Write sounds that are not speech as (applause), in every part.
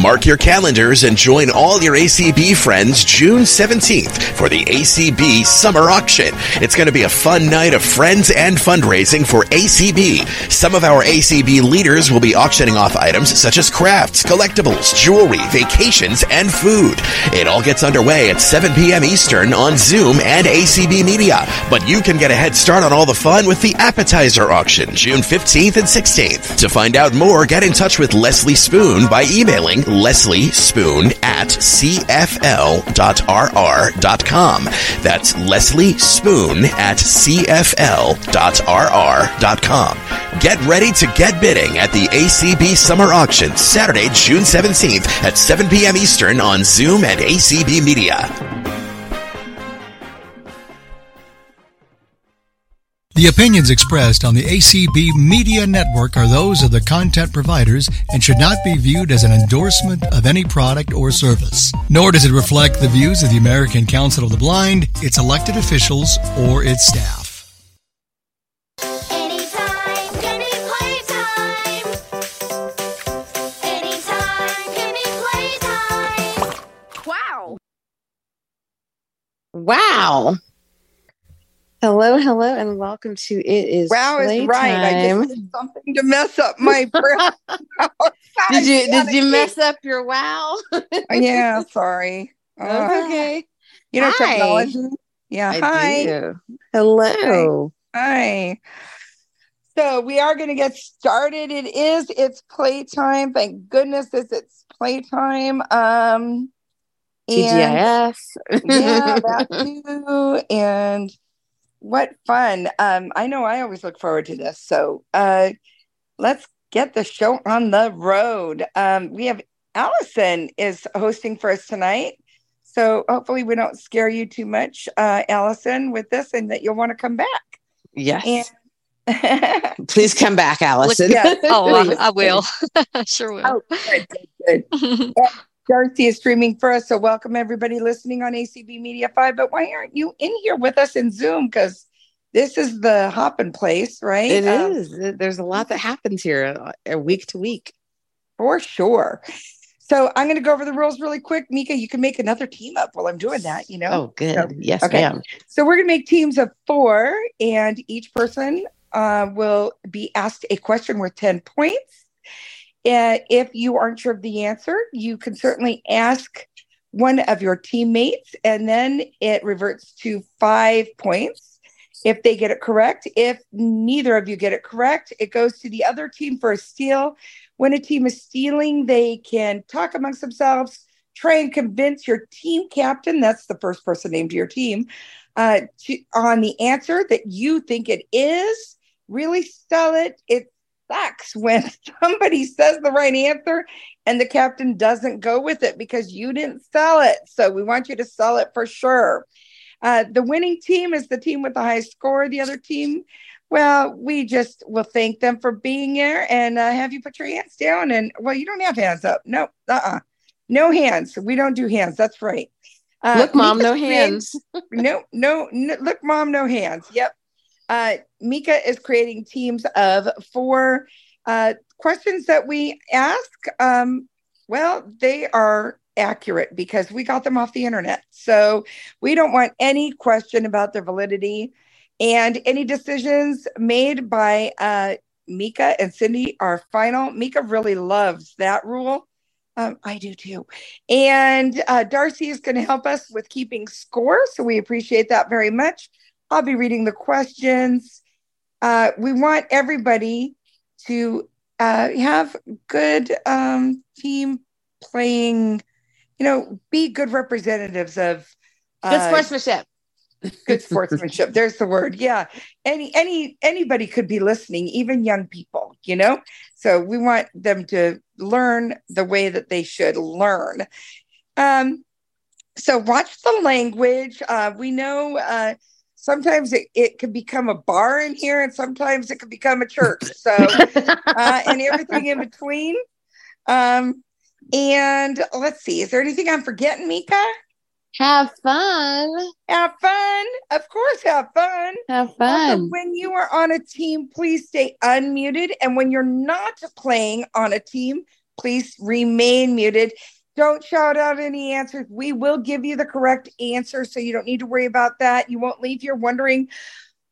Mark your calendars and join all your ACB friends June 17th for the ACB Summer Auction. It's going to be a fun night of friends and fundraising for ACB. Some of our ACB leaders will be auctioning off items such as crafts, collectibles, jewelry, vacations, and food. It all gets underway at 7 p.m. Eastern on Zoom and ACB Media. But you can get a head start on all the fun with the appetizer auction June 15th and 16th. To find out more, get in touch with Leslie Spoon by emailing lesliespoon at cfl.rr.com. That's Leslie Spoon at cfl.rr.com. Get ready to get bidding at the ACB Summer Auction Saturday, June 17th at 7 p.m. Eastern on Zoom and ACB Media. The opinions expressed on the ACB Media Network are those of the content providers and should not be viewed as an endorsement of any product or service. Nor does it reflect the views of the American Council of the Blind, its elected officials, or its staff. Wow. Wow. Hello, hello, and welcome to It Is Wow is Playtime. right. I (laughs) just did something to mess up my (laughs) breath. did you did you mess up your wow? (laughs) yeah, sorry. Uh, That's okay. You know Hi. technology. Yeah. I hi. do. Oh. Hello. Hi. So we are going to get started. It is it's playtime. Thank goodness this it's playtime. Um and TGIF. yeah, that too. And what fun. Um I know I always look forward to this. So, uh let's get the show on the road. Um we have Allison is hosting for us tonight. So hopefully we don't scare you too much, uh, Allison, with this, and that you'll want to come back. yes. And- oh, Please come back, Allison. (laughs) yeah. Oh, (laughs) Please. I, I will. sure will. Oh, good, good, good. Darcy is streaming for us, so welcome everybody listening on ACB Media 5. But why aren't you in here with us in Zoom? Because this is the hopping place, right? It Um, is. There's a lot that happens here uh, week to week. For sure. So I'm going to go over the rules really quick. Mika, you can make another team up while I'm doing that, you know? Oh, good. So- yes, okay. ma'am. So we're going to make teams of four, and each person uh, will be asked a question worth 10 points. Uh, if you aren't sure of the answer, you can certainly ask one of your teammates, and then it reverts to five points if they get it correct. If neither of you get it correct, it goes to the other team for a steal. When a team is stealing, they can talk amongst themselves, try and convince your team captain that's the first person named to your team uh, to, on the answer that you think it is. Really sell it. It sucks (laughs) when somebody says the right answer and the captain doesn't go with it because you didn't sell it. So we want you to sell it for sure. Uh, the winning team is the team with the highest score. The other team, well, we just will thank them for being there and uh, have you put your hands down. And well, you don't have hands up. No, uh uh No hands. We don't do hands. That's right. Uh, Look, mom, Mika's no creating- (laughs) hands. no, no, no, look, mom, no hands. Yep. Uh, Mika is creating teams of four uh, questions that we ask. Um, well, they are accurate because we got them off the internet. So we don't want any question about their validity. And any decisions made by uh, Mika and Cindy are final. Mika really loves that rule. Um, I do too. And uh, Darcy is going to help us with keeping score. So we appreciate that very much. I'll be reading the questions. Uh, we want everybody to uh, have good um, team playing, you know, be good representatives of Good uh, sportsmanship. good sportsmanship there's the word yeah any any anybody could be listening even young people you know so we want them to learn the way that they should learn um so watch the language uh we know uh sometimes it, it could become a bar in here and sometimes it could become a church so uh and everything in between um and let's see is there anything i'm forgetting mika Have fun. have fun of course have fun Have also, fun. when you are on a team, please stay unmuted. And when you're not playing on a team, please remain muted. Don't shout out any answers. We will give you the correct answer, so you don't need to worry about that. You won't leave here wondering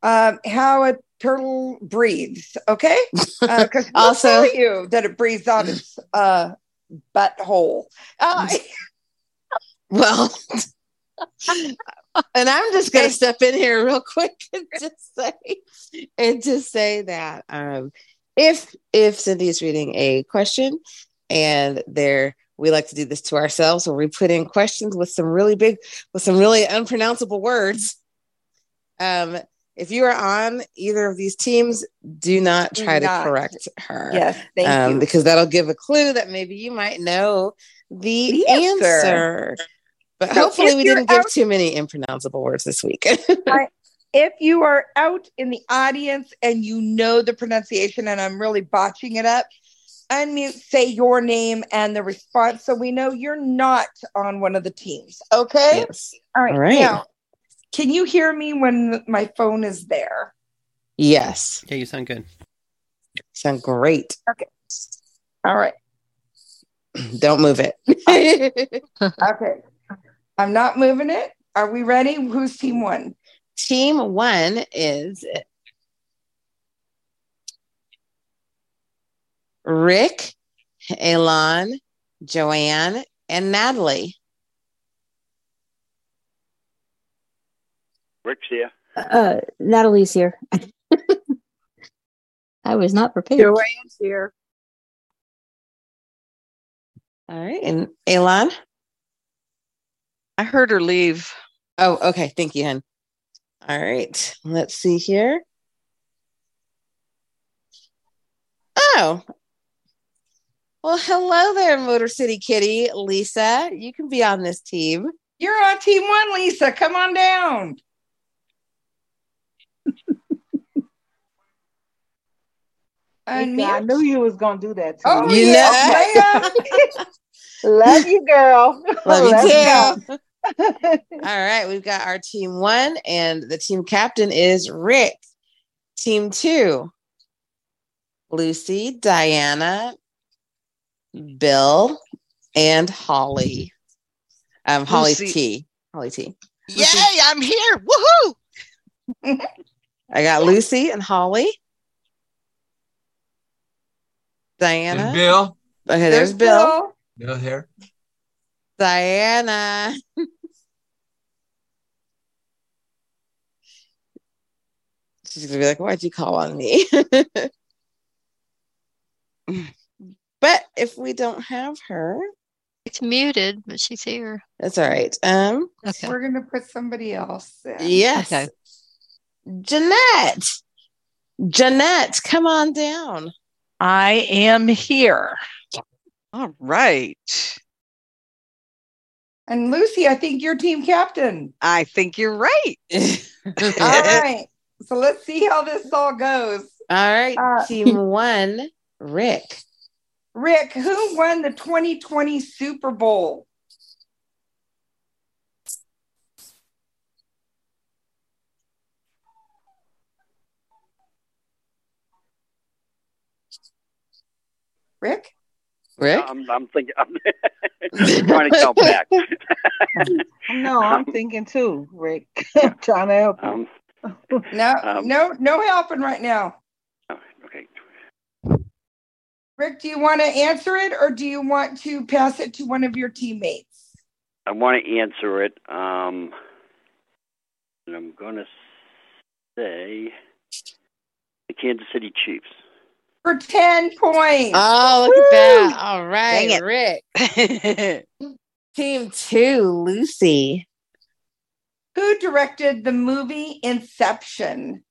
um, how a turtle breathes. Okay, because (laughs) uh, also tell you that it breathes out its uh, butthole. Uh, (laughs) well, (laughs) and I'm just going to step in here real quick (laughs) and just say and just say that um, if if Cindy is reading a question and there we like to do this to ourselves where we put in questions with some really big with some really unpronounceable words. Um, if you are on either of these teams, do not try do not. to correct her. Yes, thank um, you. Because that'll give a clue that maybe you might know the, the answer. answer. But so hopefully, we didn't out, give too many impronounceable words this week. (laughs) I, if you are out in the audience and you know the pronunciation, and I'm really botching it up, unmute, say your name and the response so we know you're not on one of the teams. Okay. Yes. All right. All right. Now, can you hear me when my phone is there? Yes. Yeah, you sound good. You sound great. Okay. All right. (clears throat) Don't move it. (laughs) (laughs) okay. I'm not moving it. Are we ready? Who's team one? Team one is Rick, Elon, Joanne, and Natalie. Rick's here. Uh, Natalie's here. (laughs) I was not prepared. Joanne's here. All right. And Elon? I heard her leave. Oh, okay. Thank you, Hen. All right. Let's see here. Oh. Well, hello there, Motor City Kitty. Lisa, you can be on this team. You're on team one, Lisa. Come on down. Lisa, I knew you was gonna do that. oh, you yeah. (laughs) know. Love you, girl. Love, Love you too. All right, we've got our team one, and the team captain is Rick. Team two, Lucy, Diana, Bill, and Holly. Um, Holly Lucy. T. Holly T. Yay, Lucy. I'm here. Woohoo! I got Lucy and Holly. Diana. And Bill. Okay, there's, there's Bill. Bill. Bill here. Diana. She's gonna be like, why'd you call on me? (laughs) but if we don't have her. It's muted, but she's here. That's all right. Um okay. we're gonna put somebody else in. Yes. Okay. Jeanette. Jeanette, come on down. I am here. All right. And Lucy, I think you're team captain. I think (laughs) you're right. all right. So let's see how this all goes. All right. Uh, team one, Rick. Rick, who won the 2020 Super Bowl? Rick? Rick? I'm, I'm thinking, I'm (laughs) trying to (laughs) count back. (laughs) no, I'm um, thinking too, Rick. (laughs) I'm trying to help. Um, no, um, no, no helping right now. Okay. Rick, do you want to answer it or do you want to pass it to one of your teammates? I want to answer it. Um, and I'm going to say the Kansas City Chiefs for 10 points. Oh, look Woo! at that. All right, (laughs) Rick. Team two, Lucy. Who directed the movie Inception?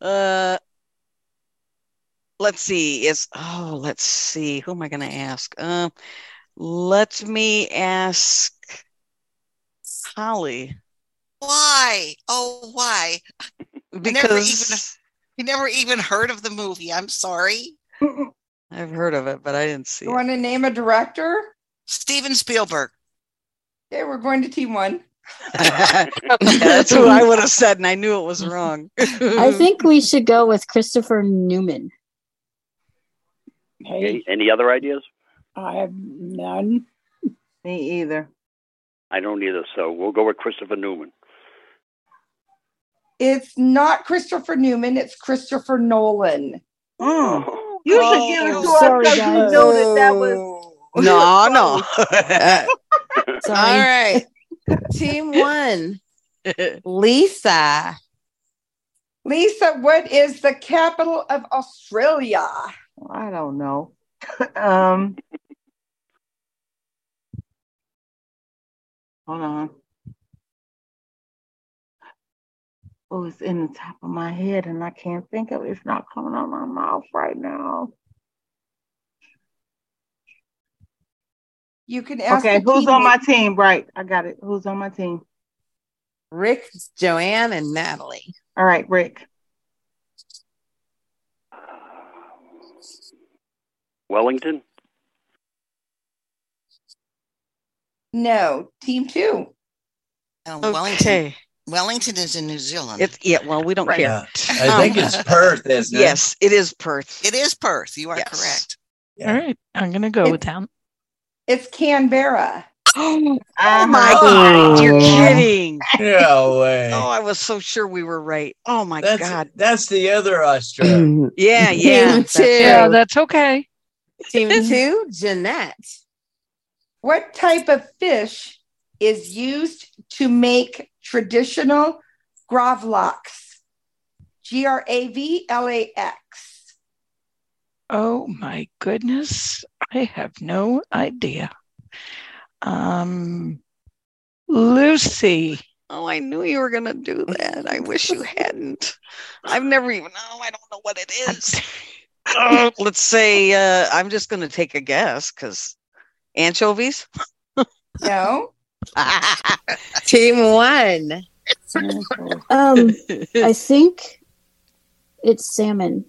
Uh, let's see. Is oh, let's see. Who am I going to ask? Um, uh, let me ask Holly why? Oh, why? Because you never, never even, heard of the movie. I'm sorry. I've heard of it, but I didn't see you it. want to name a director? Steven Spielberg. Okay, we're going to team one. (laughs) That's who I would have said, and I knew it was wrong. I think we should go with Christopher Newman. Okay, Any other ideas? I have none. Me either. I don't either. So we'll go with Christopher Newman. It's not Christopher Newman, it's Christopher Nolan. Oh. You Oh, should give it to us because you know that that was. (laughs) No, no. (laughs) All Uh, right. Team one. Lisa. Lisa, what is the capital of Australia? I don't know. (laughs) um, hold on. Oh, it's in the top of my head, and I can't think of it. It's not coming out of my mouth right now. You can ask. okay, the who's on my teammate. team? Right, I got it. Who's on my team? Rick, Joanne, and Natalie. All right, Rick. Wellington? No, team two. Uh, Wellington. Wellington is in New Zealand. (laughs) It's yeah. Well, we don't Right. care. Um, Yeah. I think (laughs) it's Perth, isn't it? Yes, it is Perth. It is Perth. You are correct. All right, I'm gonna go with town. It's (gasps) Canberra. Uh-huh. oh my god! Oh. You're kidding. No way. Oh, I was so sure we were right. Oh my That's god. that's the other (clears throat) Australia. Yeah, yeah. Team that's two. right. that's okay. Team two, Jeanette. What type of fish is used to make traditional gravlax? G R A V L A X. Oh my goodness, I have no idea. Um, (laughs) Lucy. Oh, I knew you were gonna do that. I wish you hadn't. I've never even. Oh, I don't know what it (laughs) is. (laughs) Oh, let's say uh, I'm just gonna take a guess because anchovies. (laughs) No. Team one. (laughs) Um, I think it's salmon.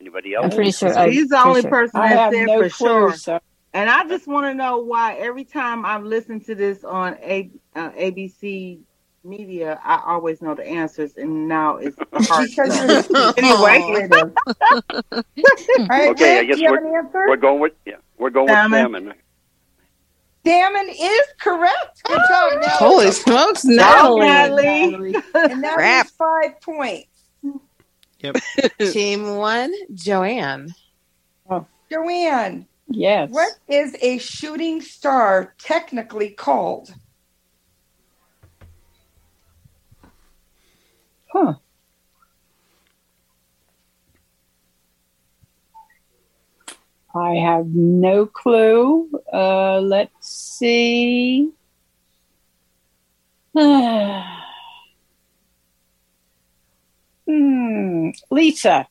Anybody else? I'm pretty sure I- He's the only pretty sure. person I that have said no for clue, sure. sir. And I just want to know why every time I listen to this on A- uh, ABC Media, I always know the answers, and now (laughs) it's the hard Because stuff. you're the anyway, All right, okay, I Rick, guess do you we're, have an answer? we're going with yeah, we're going Salmon. with salmon. Salmon is correct. Good job, Natalie. Holy smokes, Natalie. Natalie. And that Crap. was five points. Team one, Joanne. Joanne, Yes. what is a shooting star technically called? Huh. I have no clue. Uh, let's see. (sighs) hmm, Hmm. Lisa.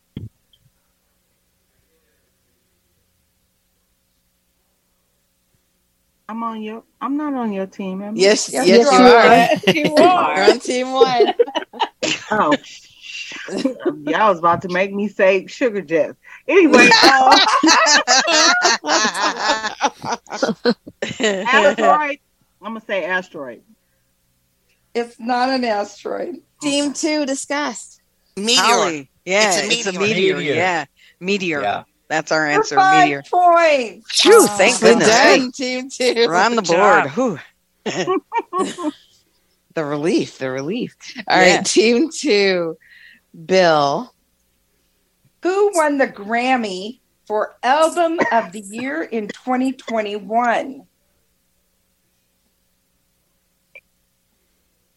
I'm on your. I'm not on your team. Am I? Yes, yes, Yes, (laughs) you you are. are. (laughs) you are. You're on team one. Oh, y'all was about to make me say sugar jets. Anyway, (laughs) uh, asteroid. I'm gonna say asteroid. It's not an asteroid. Team two, discussed. Meteor. Holly. Yeah, it's a meteor. Meteor. Yeah, meteor. Yeah. That's our For answer. five Meteor. points. Phew, thank We're goodness. Hey, done, team two. we're on the (laughs) board. Whew. The relief, the relief. All right, Yeah. team two, Bill. Who won the Grammy for Album of the Year in 2021?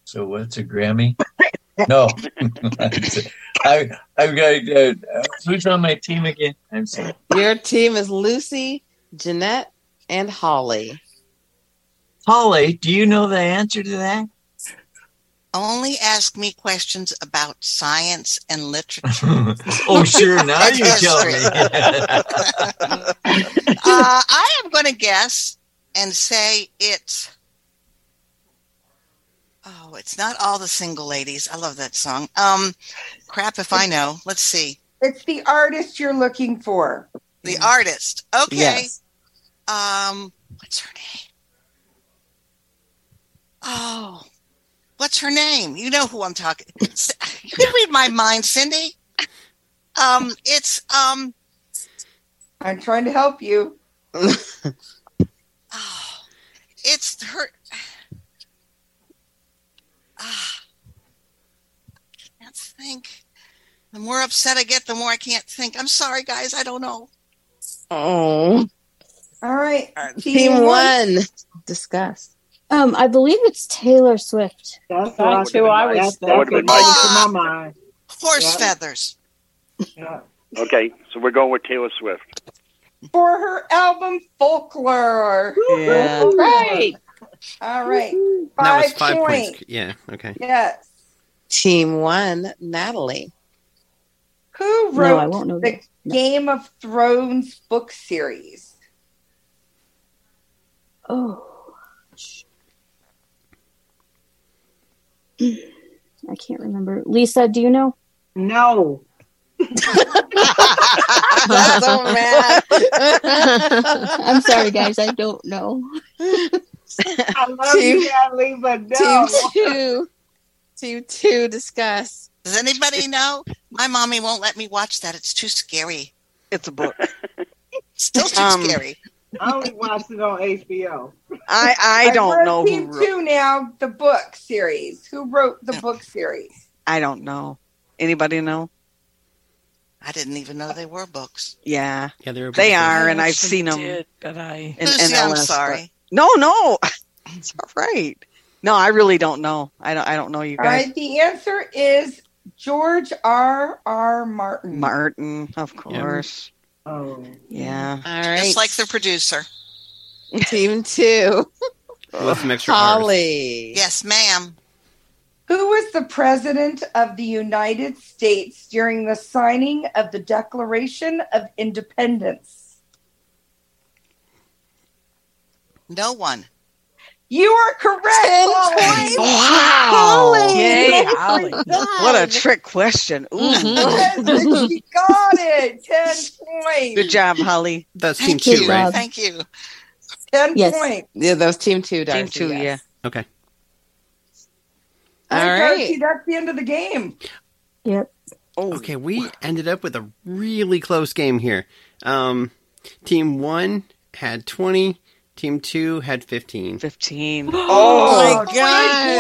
So what's a (laughs) Grammy? no, (laughs) I I've got uh, who's on my team again? I'm sorry. Your team is Lucy, Jeanette, and Holly. Holly, do you know the answer to that? Only ask me questions about science and literature. (laughs) oh, sure. (laughs) Now And you tell me. uh, I am going to guess and say it's. oh, it's not all the single ladies. I love that song. Um, crap if I know. Let's see. It's the artist you're looking for. The artist. Okay. Yes. Um, what's her name? Oh, what's her name? You know who I'm talking. S- You read my mind, Cindy. Um, it's um. I'm trying to help you. (laughs) It's her. (sighs) Ah, I can't think. The more upset I get, the more I can't think. I'm sorry, guys. I don't know. Oh. All right. Team, one. Discuss. Um, I believe it's Taylor Swift. That's That's who I was That would've been my guess. in my mind. Horse feathers. Okay, so we're going with Taylor Swift. for her album Folklore. Yeah. Right. All right. That Five, was five points. points. Yeah. Okay. Yes. Team one, Natalie. Who No, I wrote won't know the that. No. Game of Thrones book series? Oh. (clears throat) I can't remember. Lisa, do you know? No. That's so mad. I'm sorry, guys. I don't know. I love Team- you, Natalie, but no. (laughs) Team two. Team two, discuss. Does anybody know? My mommy won't let me watch that. It's too scary. It's a book. Still too Um, scary. I only watched it on HBO. (laughs) I I All right, we're don't know who Team wrote. two now. The book series. Who wrote the book series? I don't know. Anybody know? I didn't even know they were books. Yeah. Yeah, they're They both- are, and I I've actually seen them. did, but I Lucy, I'm sorry. No, no, (laughs) it's all right. No, I really don't know. I don't. I don't know you All guys. right. The answer is George R. R. Martin. Martin, of course. (laughs) Oh. Yeah. All right. Just like the producer. Team two. With some extra Holly. Yes, ma'am. Who was the president of the United States during the signing of the Declaration of Independence? No one. You are correct. Holly. Wow. Holly. Yay, Oh my Holly. What a trick question. Ooh. (laughs) Mm-hmm. (laughs) (laughs) goodness, she got it. Ten points. Good job, Holly. That's Thank team two, you, right? Rob. Thank you. Ten Yes. points. Yeah, that was team two, Darcy. Team two, yeah. yes. Okay. All Hey, right. Darcy, that's the end of the game. Yep. Oh. Okay, we ended up with a really close game here. Um, team one had twenty. Team two had fifteen. (gasps) Fifteen. my Oh, gosh. guys.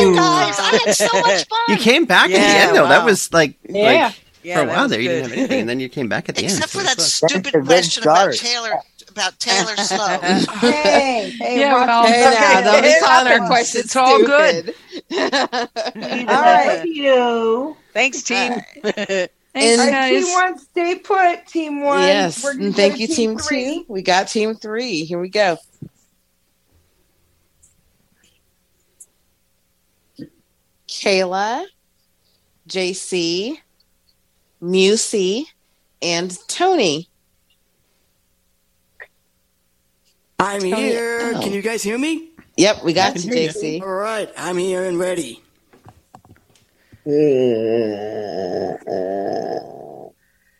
You guys, I had so much fun. You came back at the Yeah, end though. That wow. was like, Yeah. like Yeah, for a that while was there you didn't good. have anything, and then you came back at the end. Except for so that it's- stupid question about Taylor about (laughs) Taylor Slow. Hey, hey, Yeah, watch well, it. Hey, now, don't be Hey, calling our Robin. questions It's all good. stupid. All Thank right. you. Thanks, team. All right, guys. Team one, stay put. Team one. yes. We're gonna and go Thank to you, team, three. two. We got team three. Here we go. Kayla, JC, Musi, and Tony. I'm Tony- here. oh. Can you guys hear me? Yep, we got I can you, hear JC. All right, I'm here and ready.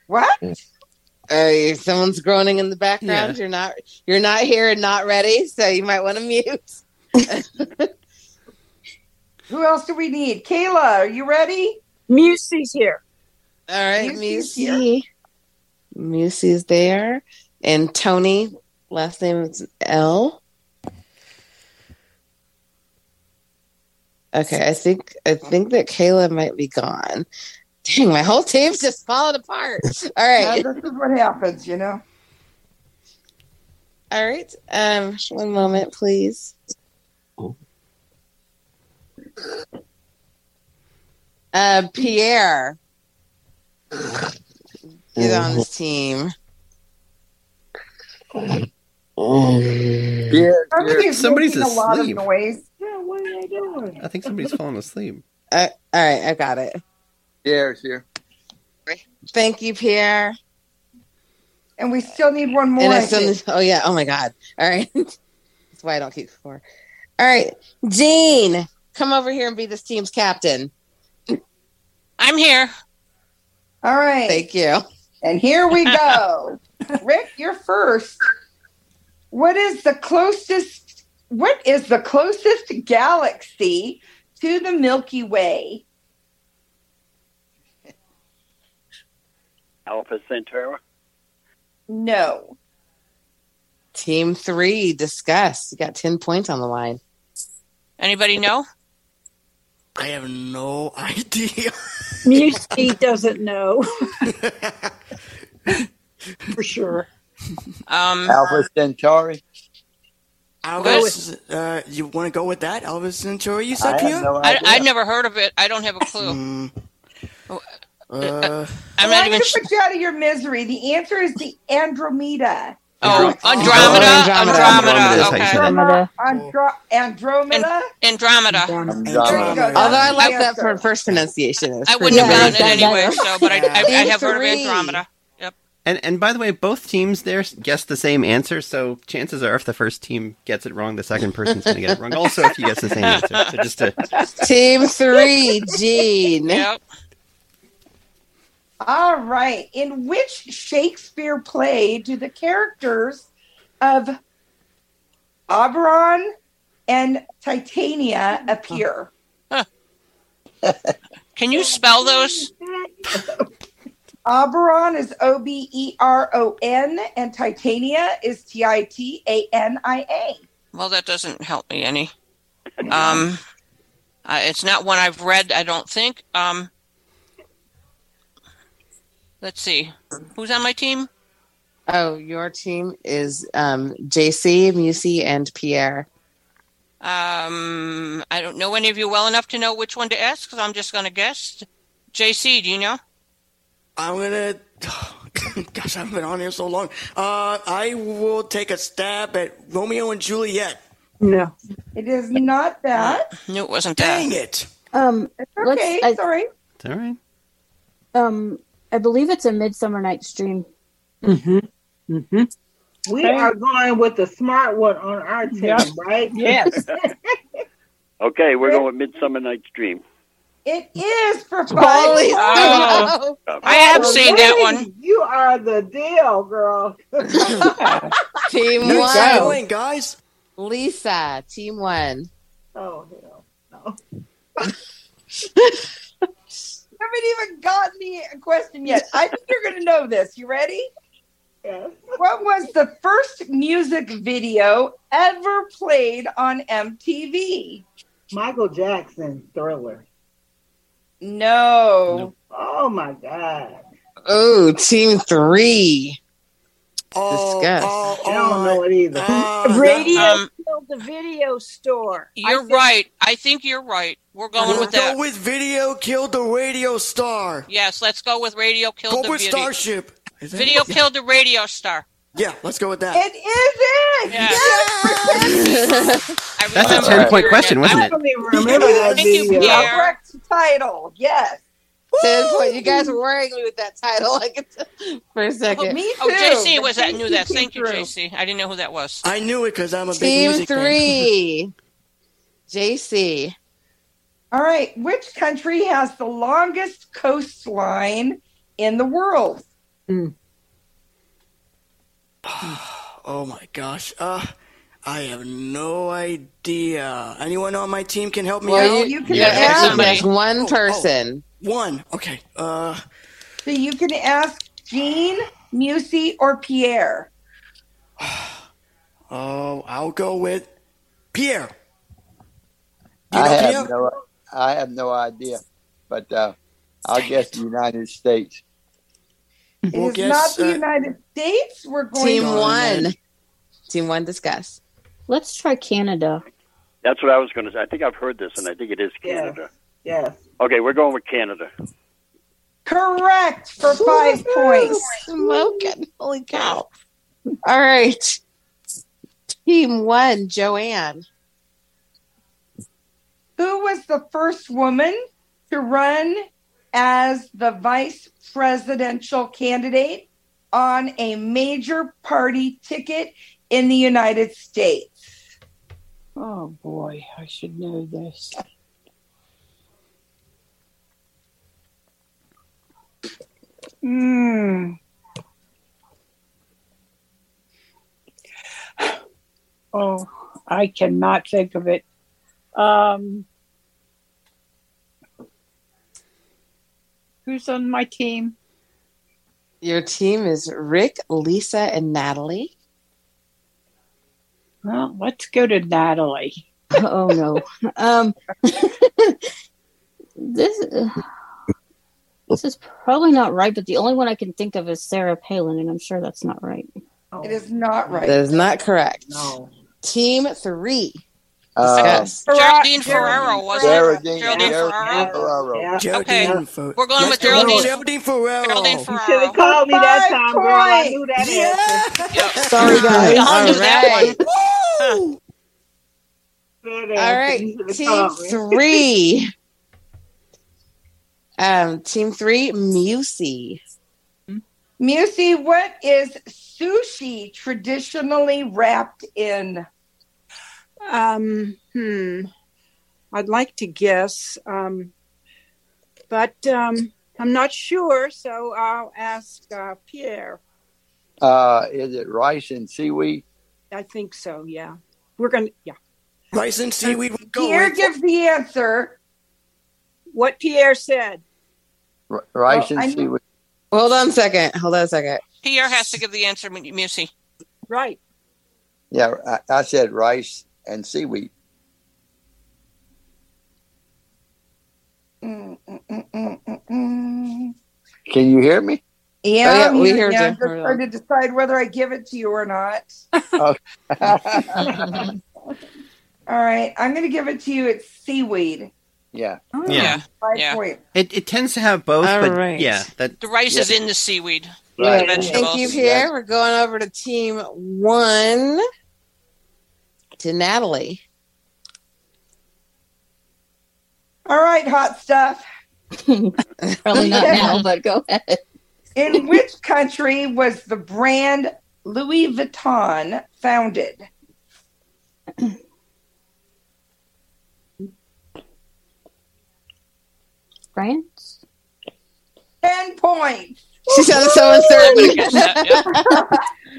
What? Uh, someone's groaning in the background. Yeah. You're not. You're not here and not ready, so you might want to mute. (laughs) Who else do we need? Kayla, are you ready? Musie's here. All right, Mucy's Mucy. Mucy's there, and Tony. Last name is L. Okay, I think I think that Kayla might be gone. Dang, my whole team's just falling (laughs) apart. All Yeah, right, this is what happens, you know. all right. Um, one moment, please. Uh, Pierre, get on this team. Yeah, Somebody's, Oh, somebody's making a lot of asleep. noise. Yeah, what are they doing? I think (laughs) somebody's fallen asleep. Uh, all right, I got it. Pierre's here. Thank you, Pierre. And we still need one more. And I I still think. need, oh yeah, oh my god. All right. (laughs) That's why I don't keep score. All right. Dean, come over here and be this team's captain. I'm here. All right. Thank you. And here we go. Rick, you're first. What is the closest what is the closest galaxy to the Milky Way? Alpha Centauri. No. Team three, discuss. You got 10 points on the line. Anybody know? I have no (laughs) idea. Musi doesn't know. For sure. Um, Alpha Centauri. Elvis, uh, you want to go with that? Elvis Centauri, you I said, have Pia? Hmm. no I, I've never heard of it. I don't have a clue. Uh, I'm Well, not I even. could Sh- put you out of your misery. The answer is the Andromeda. oh, Andromeda. Andromeda. Andromeda is how you say it. Andromeda. Andro- Andromeda. Andromeda. Andromeda. Although I like Yes, that for first pronunciation. It was I pretty wouldn't have good. gotten it anyway, so but I, I, I Team have heard of three. Andromeda. Yep. And and by the way, both teams there guessed the same answer, so chances are if the first team gets it wrong, the second person's going to get it wrong. Also, if you guess the same answer, so just to Team three, Gene. Yep. All right. In which Shakespeare play do the characters of Oberon and Titania appear? Can you spell those? Oberon is O B E R O N, and Titania is T I T A N I A. Well, that doesn't help me any. Um, uh, it's not one I've read. I don't think. Um, let's see. Who's on my team? Oh, your team is um, JC, Musi, and Pierre. Um, I don't know any of you well enough to know which one to ask, because I'm just going to guess. JC, do you know? I'm going to. (sighs) Gosh, I've been on here so long. Uh, I will take a stab at Romeo and Juliet. No. It is not that. No, it wasn't that. Dang it. Um, let's- Okay, I- sorry. It's all right. Um, I believe it's a Midsummer Night's Dream. Mm-hmm. Mm-hmm. We are going with the smart one on our team, Yep. right? (laughs) Yes. Okay, we're going with Midsummer Night's Dream. It is for five. Holy Oh. I have seen that one. You are the deal, girl. (laughs) Team Good one. job. guys. Lisa, team one. Oh, hell. haven't even gotten the question yet. I think you're going to know this. You ready? What was the first music video ever played on MTV? Michael Jackson thriller. No. Oh my God. Oh, team three. Oh, Discuss. oh, I don't know it either. Oh, Radio Um, killed the video store. You're right. I think you're right. We're going We'll with that. Go with Video Killed the Radio Star. yes, let's go with Radio Killed go the with Beauty. Starship. Is that Video it? Killed the Radio Star. Yeah, let's go with that. It is Yeah. it. I That's a remember ten point hearing question, it. wasn't I- it? Remember that Thank you, video. Pierre. Correct title. Yes. Ten point. You guys were worrying me with that title. (laughs) I could tell for a second. Me too. Oh, JC was The that knew JC that. came Thank you, through. JC. I didn't know who that was. I knew it because I'm a big team music fan. three. JC. All right. Which country has the longest coastline in the world? Oh my gosh. Uh, I have no idea. Anyone on my team can help me Well, out? you can you Yeah, (laughs) have to somebody. guess one oh. person. One. Okay. Uh, So you can ask Jean, Musi, or Pierre. oh, I'll go with Pierre. Do you I know have Pierre? no, I have no idea, but uh, I guess the United States. It Well, is guess, not the uh, United States. We're going Team on, one. man. Team one, discuss. Let's try Canada. That's what I was going to say. I think I've heard this, and I think it is Canada. Yes. Okay, we're going with Canada. correct for five points. Smoking. Holy cow. All right. Team one, Joanne. Who was the first woman to run as the vice presidential candidate on a major party ticket in the United States? Oh boy, I should know this. Hmm. Oh, I cannot think of it. Um, who's on my team? Your team is Rick, Lisa, and Natalie. Well, let's go to Natalie. oh no. Um, (laughs) this uh, this is probably not right, but the only one I can think of is Sarah Palin, and I'm sure that's not right. Oh. It is not right. That is not correct. No. Team three. Uh, Discuss. Geraldine Ferraro wasn't it? Geraldine- Geraldine Geraldine Ferraro. Ferraro. Yeah. Okay, Geraldine we're Fer- going with Yes, Geraldine. Geraldine Geraldine. Ferraro. Geraldine You Ferraro. should have called me that time, girl. I knew that (laughs) Sorry, guys. Y'all All knew that right. one. answer. All right. Team three. (laughs) Um, team three, Musi. Musi, what is sushi traditionally wrapped in? Um, hmm. I'd like to guess, um, but um, I'm not sure, so I'll ask uh, Pierre. Uh, is it rice and seaweed? I think so. Yeah, we're gonna. Yeah, Rice and seaweed would go Pierre with- gives the answer. What Pierre said. R- rice Well, I and know- seaweed. Hold on a second. Hold on a second. Pierre has to give the answer, M- Musi. Right. Yeah, I, I said rice and seaweed. Mm, mm, mm, mm, mm, mm. Can you hear me? Yeah, Oh, yeah, I'm we here. heard Yeah, you. I'm just Heard trying to decide whether I give it to you or not. Okay. (laughs) (laughs) All right, I'm going to give it to you. It's seaweed. yeah. Oh, Yeah. Five point. It, it tends to have both, All but right. yeah, that The rice yeah. is in the seaweed. Right. The vegetables. Thank you, Pierre. We're going over to team one to Natalie. All right, hot stuff. (laughs) Probably not now, but go ahead. In which country was the brand Louis Vuitton founded? France? Ten points. She sounded so uncertain.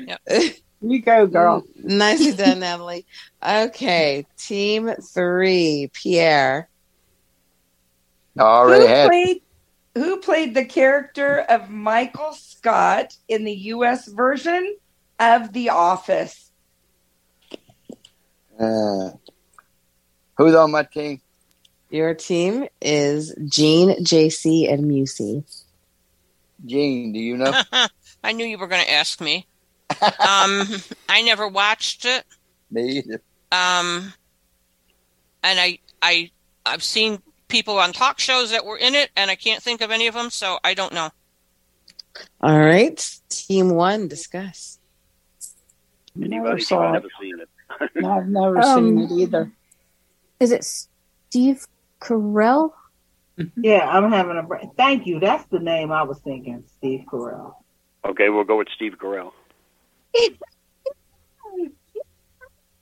Woo! (laughs) You go, girl. Nicely done, Mm, (laughs) Natalie. Okay, team three, Pierre. I already who had. played who played the character of Michael Scott in the US version of The Office? Uh, who's on my team? Your team is Jean, JC, and Musi. Gene, do you know? (laughs) I knew you were going to ask me. Um, I never watched it. Me either. Um, and I, I, I've seen people on talk shows that were in it, and I can't think of any of them, so I don't know. All right, team one, discuss. Never I've saw it. never seen it. (laughs) No, I've never Um, seen it either. Is it Steve Carell? Yeah, I'm having a break. Thank you. That's the name I was thinking, Steve Carell. Okay, we'll go with Steve Carell.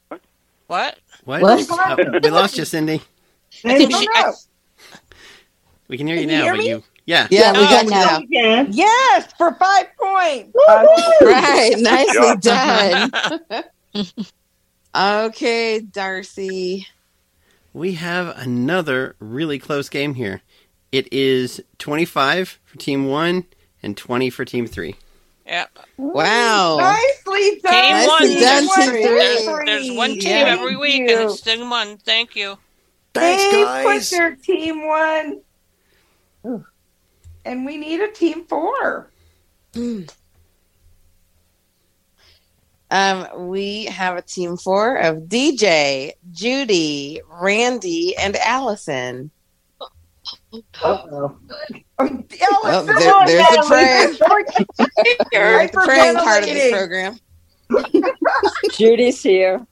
What? What? What? Oh, we lost you, Cindy. (laughs) I think she, I, We can hear you Can you now, hear but me? you. Yeah. (laughs) Yeah, we got you Oh, (laughs) now. Yes, for five points. Right, nicely Good done. job. okay, Darcy. (laughs) We have another really close game here. It is 25 for team 1 and 20 for team 3. Yep. Wow. Nicely done. Team one. Nicely There's, done, team one- there's, three. there's one team Yeah. every Thank week, you. and it's team one. Thank you. Thanks, they guys. put their team one. And we need a team four. Hmm. Um, we have a team four of DJ, Judy, Randy, and Allison. Uh-oh. Oh, there- there's the praying. There's the praying part of Hyperventilating. this program. Judy's here.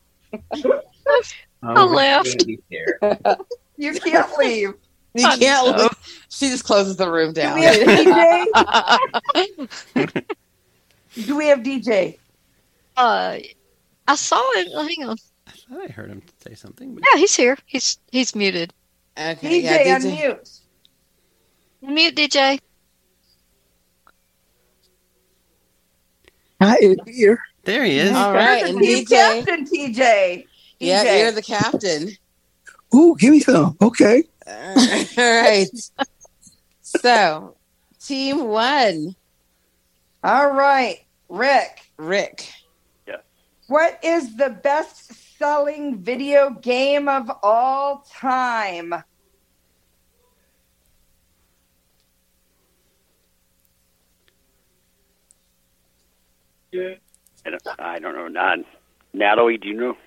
I left. You can't leave. You I can't know. look. She just closes the room down. we have DJ? (laughs) (laughs) Do we have DJ? Uh, I saw it. Hang on. I thought I heard him say something. But... (laughs) Yeah, he's here. He's he's muted. Okay, DJ, yeah, unmute. Mute DJ. I am here. There he is. All right, and Team DJ, captain TJ. Yeah, DJ. you're the captain. (laughs) Ooh, give me some. Okay. All right. so, team one. All right, Rick. (laughs) Rick. What is the best selling video game of all time? I don't, I don't know. Not, Natalie, do you know?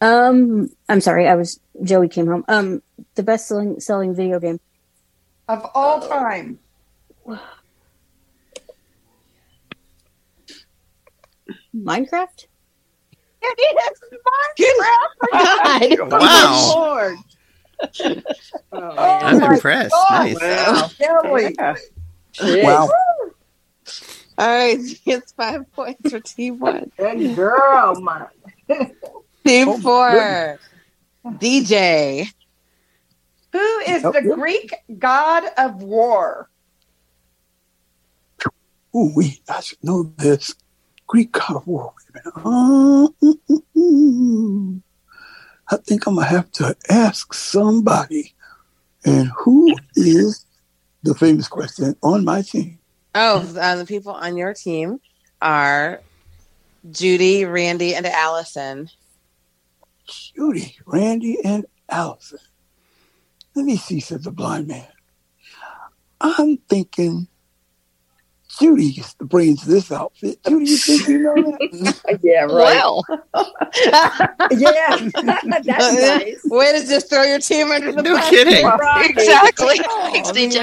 Um, I'm sorry. I was Joey came home. Um, the best selling selling video game. Of all time. Minecraft. It is God. (laughs) Wow. Lord. Oh, I'm impressed. Nice. Kelly. Wow. (laughs) All right, (laughs) it's five points for team one. Good girl, my. (laughs) Team Oh, four. DJ. Who is the Greek god of war? Ooh, we I should know this. Greek God of War. Wait a Uh, minute. mm, I think I'm gonna have to ask somebody. And who is the famous question on my team? Oh, uh, the people on your team are Judy, Randy, and (laughs) Allison. Judy, Randy, and Allison. Let me see, said the blind man. I'm thinking Judy is the brains of this outfit. Judy, you think you know that? yeah, right. yeah, (laughs) (laughs) Way to just throw your team under the bus. (laughs) (laughs) (laughs) Exactly. Thanks, Oh, (laughs) DJ.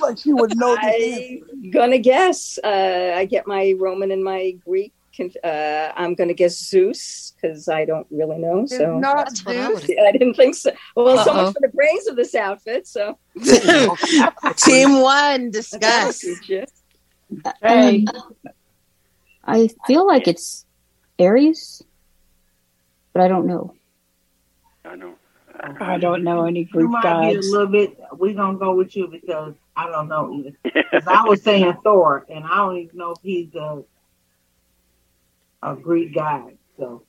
like you would know. I'm gonna guess. Uh, I get my Roman and my Greek. Conf- uh, I'm gonna guess Zeus because I don't really know. It's So not That's what I Zeus. would've- I didn't think so. Well, so Uh-oh. much for the brains of this outfit. (laughs) So (laughs) Team one, discuss. Hey. Um, I feel like it's Aries, but I don't know. I know. I don't know any You might be a little bit. We're gonna go with you because I don't know either. 'Cause I was saying Thor, and I don't even know if he's a a Greek guy. So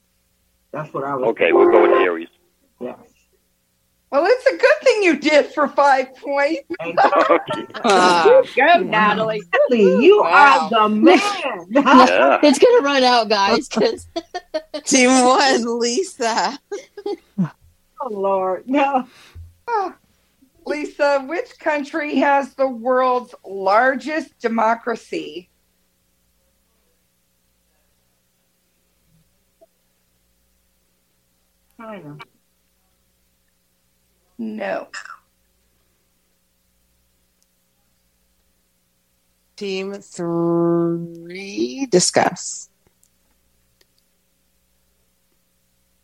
that's what I was. Okay, we'll go with Aries. Yeah. Well, it's a good thing you did for five points. (laughs) Uh, Ah. Go, Natalie. You are Wow. the man. (laughs) (laughs) It's gonna run out, guys. 'cause- (laughs) Team one, Lisa. Oh Lord, no. Ah, Lisa, which country has the world's largest democracy? China. No. Team three, discuss.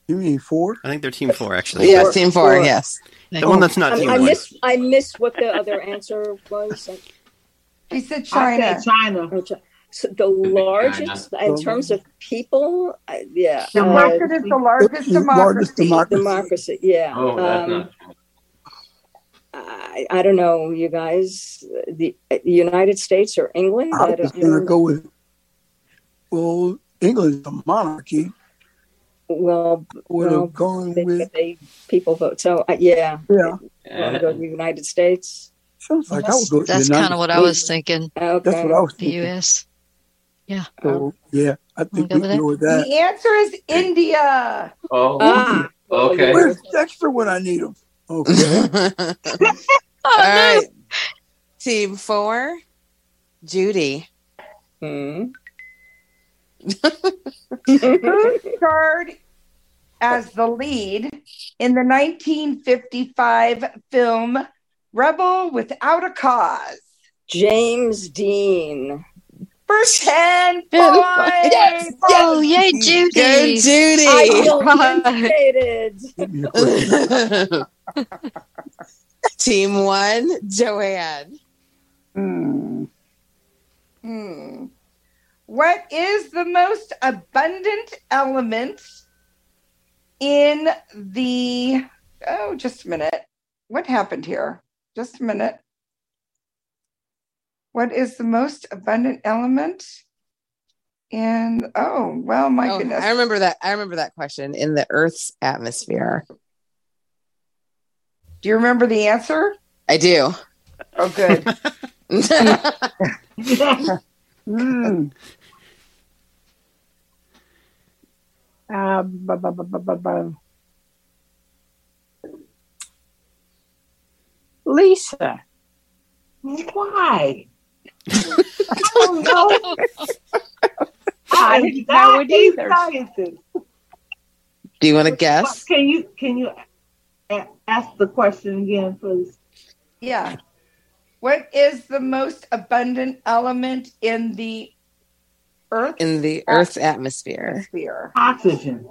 You mean four? I think they're team four, actually. Yeah, team four, Four. yes. The one that's not I, team I one. miss. I missed what the other answer was. Oh, She said I said China. So the largest in terms of people, I, yeah. The record is the largest Largest democracy. democracy. Yeah. Oh, that's Um, I, I don't know, you guys, the uh, United States or England. I I was don't, going to go with, well, England's a monarchy. Well, would have well, gone they, with. they people vote. So uh, yeah, yeah. Want to go to the United States? Sounds like I would go. to the That's United kind of what I was (laughs) States. thinking. Okay. That's what I was The thinking. U.S. Yeah. So, yeah, I think Uh-huh. go we with can that? go with The that. answer is India. Oh, Ah. okay. Where's Dexter when I need him? Okay. Oh, All right. Team four, Judy. Hmm. (laughs) Who (laughs) starred as the lead in the 1955 film Rebel Without a Cause? James Dean. First (laughs) 10 points. Yes. Oh, yay, Judy. Go, Judy. I feel (laughs) vindicated. (laughs) Team one, Joanne. Hmm. What is the most abundant element in the. Oh, just a minute. What happened here? Just a minute. What is the most abundant element? And oh, well, my Oh, goodness. I remember that. I remember that question in the Earth's atmosphere. Do you remember the answer? I do. Oh, good. Mm. Ah, Uh, bu- bu- bu- bu- bu- bu. Lisa, why? I don't know. I didn't know it either. (laughs) Do you want to guess? Can you can you a- ask the question again, please? Yeah. What is the most abundant element in the earth In the Uh, Earth's atmosphere. sphere? Oxygen.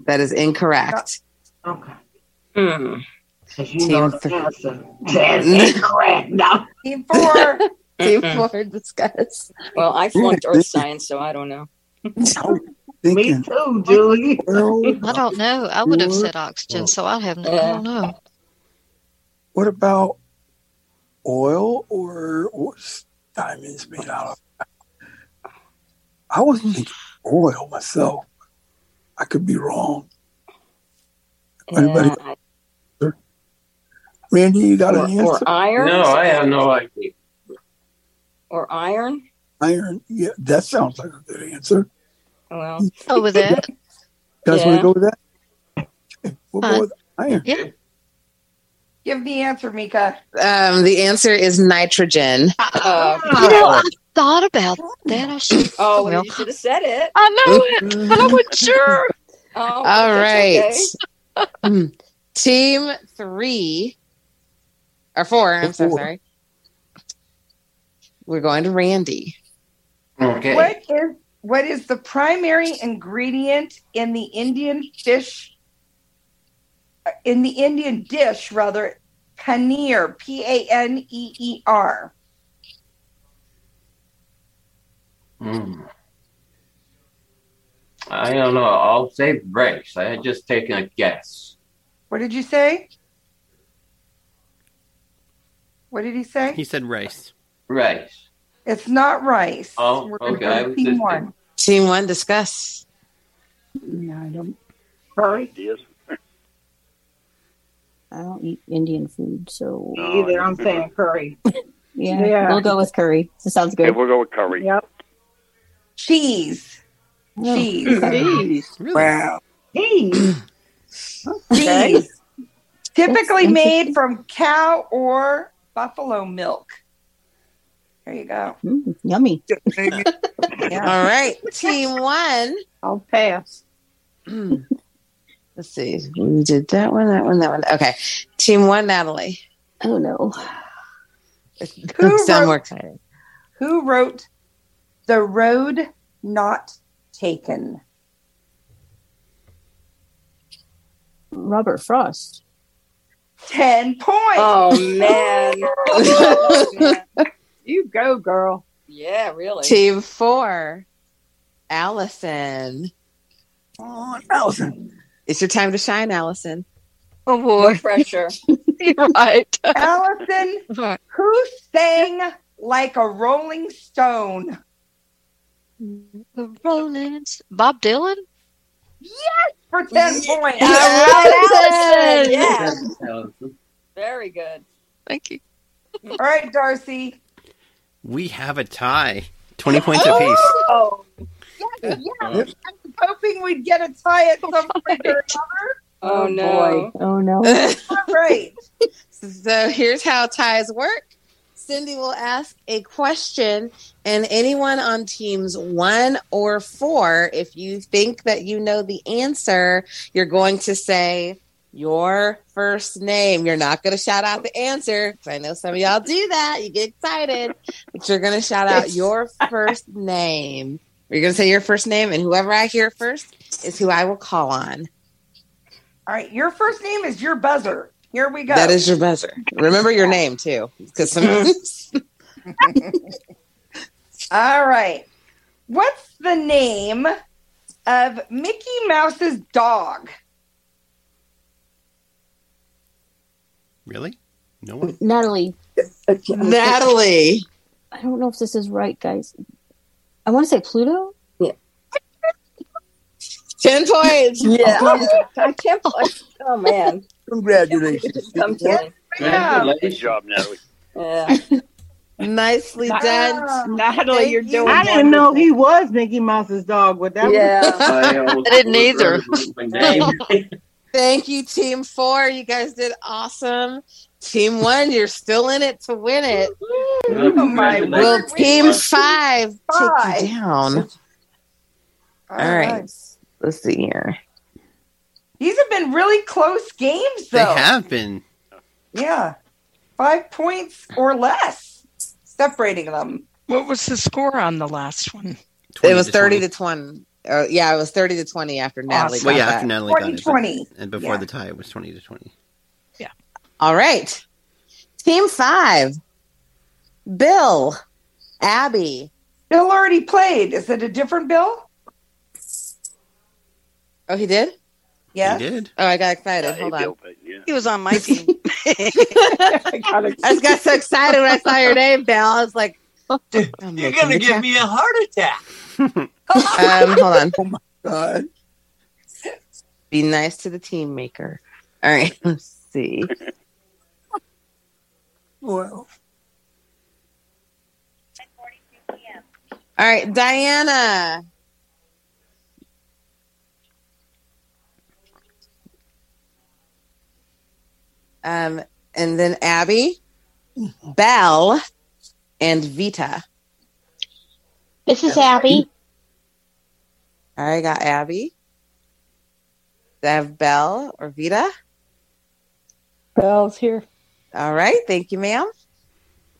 That is incorrect. Okay. Mm. You know the answer. That's incorrect. No. (laughs) Team four. Team Mm-mm. Hmm. four, discuss. Well, I flunked earth science, so I don't know. Me too, Julie. I don't know. I would have said oxygen, so I have. not I don't know. What about oil or what's diamonds made out of? I was thinking oil myself. I could be wrong. Anybody? Randy, you got an Or- or answer? iron? No, I have no idea. Or iron? Iron. Yeah, that sounds like a good answer. Well, Go with that. Guys, want Yeah. to go with that? Okay, (laughs) We'll Fine. go with iron. Yeah. Give the answer, Mika. Um, the answer is nitrogen. Uh, (laughs) You know, I thought about that. I (clears throat) should. Oh, well, you should have said it. I know it. but I (laughs) wasn't sure. Oh, All right. that's Mm. Team three or four. I'm so Four. sorry. We're going to Randy. What is what is the primary ingredient in the Indian fish uh, in the Indian dish rather paneer P A N E E R. Mm. I don't know. I'll say rice. I had just taken a guess. What did you say? What did he say? He said rice. Rice. It's not rice. Oh, We're gonna okay. go to I was team just- one. Team one, discuss. I don't. Sorry. I don't eat Indian food, so Either Oh, I'm saying curry. yeah, Yeah. we'll go with curry. That sounds good. Okay, we'll go with curry. Yep. Cheese. Cheese. Cheese. Really? Wow. Cheese. (clears throat) Cheese. Typically That's made from cow or buffalo milk. There you go. Mm, yummy. All right. Team one. I'll pass. Let's see. We did that one, that one, that one. Okay. Team one, Natalie. Oh no. Who Sound more wrote- excited. Who wrote The Road Not Taken? Robert Frost. 10 points. Oh, (laughs) man. (laughs) You go, girl. Oh, Yeah, really. Team four, Allison. Oh, Allison. It's your time to shine, Allison. Oh boy. No pressure. (laughs) You're right. (laughs) Allison, who sang like a rolling stone? The Rollins. Bob Dylan. Yes, for 10 points. All right, Allison. Yeah. Very good. Thank you. All right, Darcy. We have a tie. 20 points apiece. Oh, yes, yes. I was hoping we'd get a tie at some point or another. Oh, no. (laughs) Oh no. All right. So here's how ties work. Cindy will ask a question, and anyone on teams one or four, if you think that you know the answer, you're going to say your first name. You're not going to shout out the answer 'cause I know some of y'all do that. You get excited, but you're going to shout out your first name. You're going to say your first name, and whoever I hear first is who I will call on. All right. Your first name is your buzzer. Here we go. That is your buzzer. Remember your name too, (laughs) because All right. What's the name of Mickey Mouse's dog? Really? No one? Natalie. Natalie. I don't know if this is right, guys. I want to say Pluto. (laughs) Ten points. (laughs) Yeah. I can't. Oh man. Congratulations. Come to me. Good job, Natalie. Yeah. Nicely done. Natalie, you're doing I didn't know he was Mickey Mouse's dog, but that (laughs) Yeah. was. I didn't either. Thank you, Team Four. You guys did awesome. Team One, you're still in it to win it. Oh my Will word. Team Five take you down? All All right. right. Let's see here. These have been really close games, They though. have been. Yeah. Five points or less separating them. What was the score on the last one? It was thirty to twenty. Uh, yeah, it was thirty to twenty after Natalie. Well, got yeah, that. after Natalie got it. but- And before the tie, it was 20 to 20. All right. Team five. Bill, Abby. Bill already played. Is it a different Bill? Oh, he did? Yeah. did. Oh, I got excited. Hold on. He (laughs) was on my team. I just got so excited when I saw your name, Bill. I was (laughs) like, You're going to give me a heart attack. um, hold on. Oh my god. Be nice to the team maker. All right, (laughs) let's see. Well, All right, Diana. Um, and then Abby, Belle, and Vita. This is Abby. I got Abby. Do I have Belle or Vita? Belle's here. All right. Thank you, ma'am.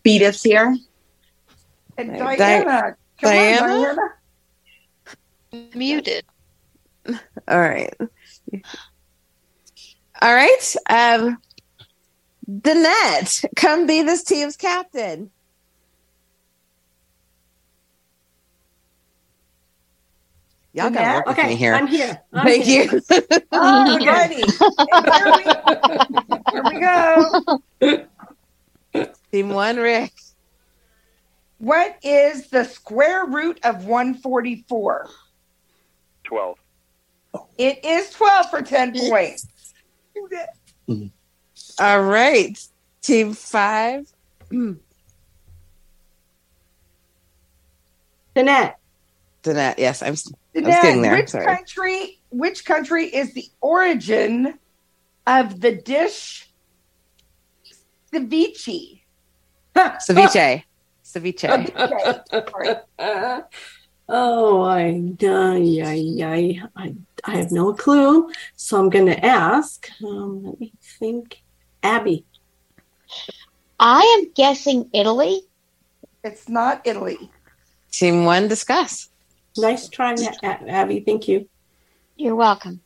Vita's here. And Di- Diana. Come Diana? on, Diana. Muted. All right. All right. Um, Danette, come be this team's captain. Y'all got to work with okay, me here. I'm here. I'm Thank here. Oh, you. (laughs) Alrighty. Here we go. Team one, Rick. What is the square root of 144? 12. It is 12 for 10 points. All right. Team five. Danette. Danette, yes, I'm, I was Now, getting there. Which Sorry. country? Which country is the origin of the dish ceviche? Ceviche. Ceviche. Oh, I, ay, ay, ay, I, I have no clue. So I'm going to ask. Um, let me think. Abby. I am guessing Italy. It's not Italy. Team one, discuss. Nice try, Na- A- Abby. Thank you. You're welcome.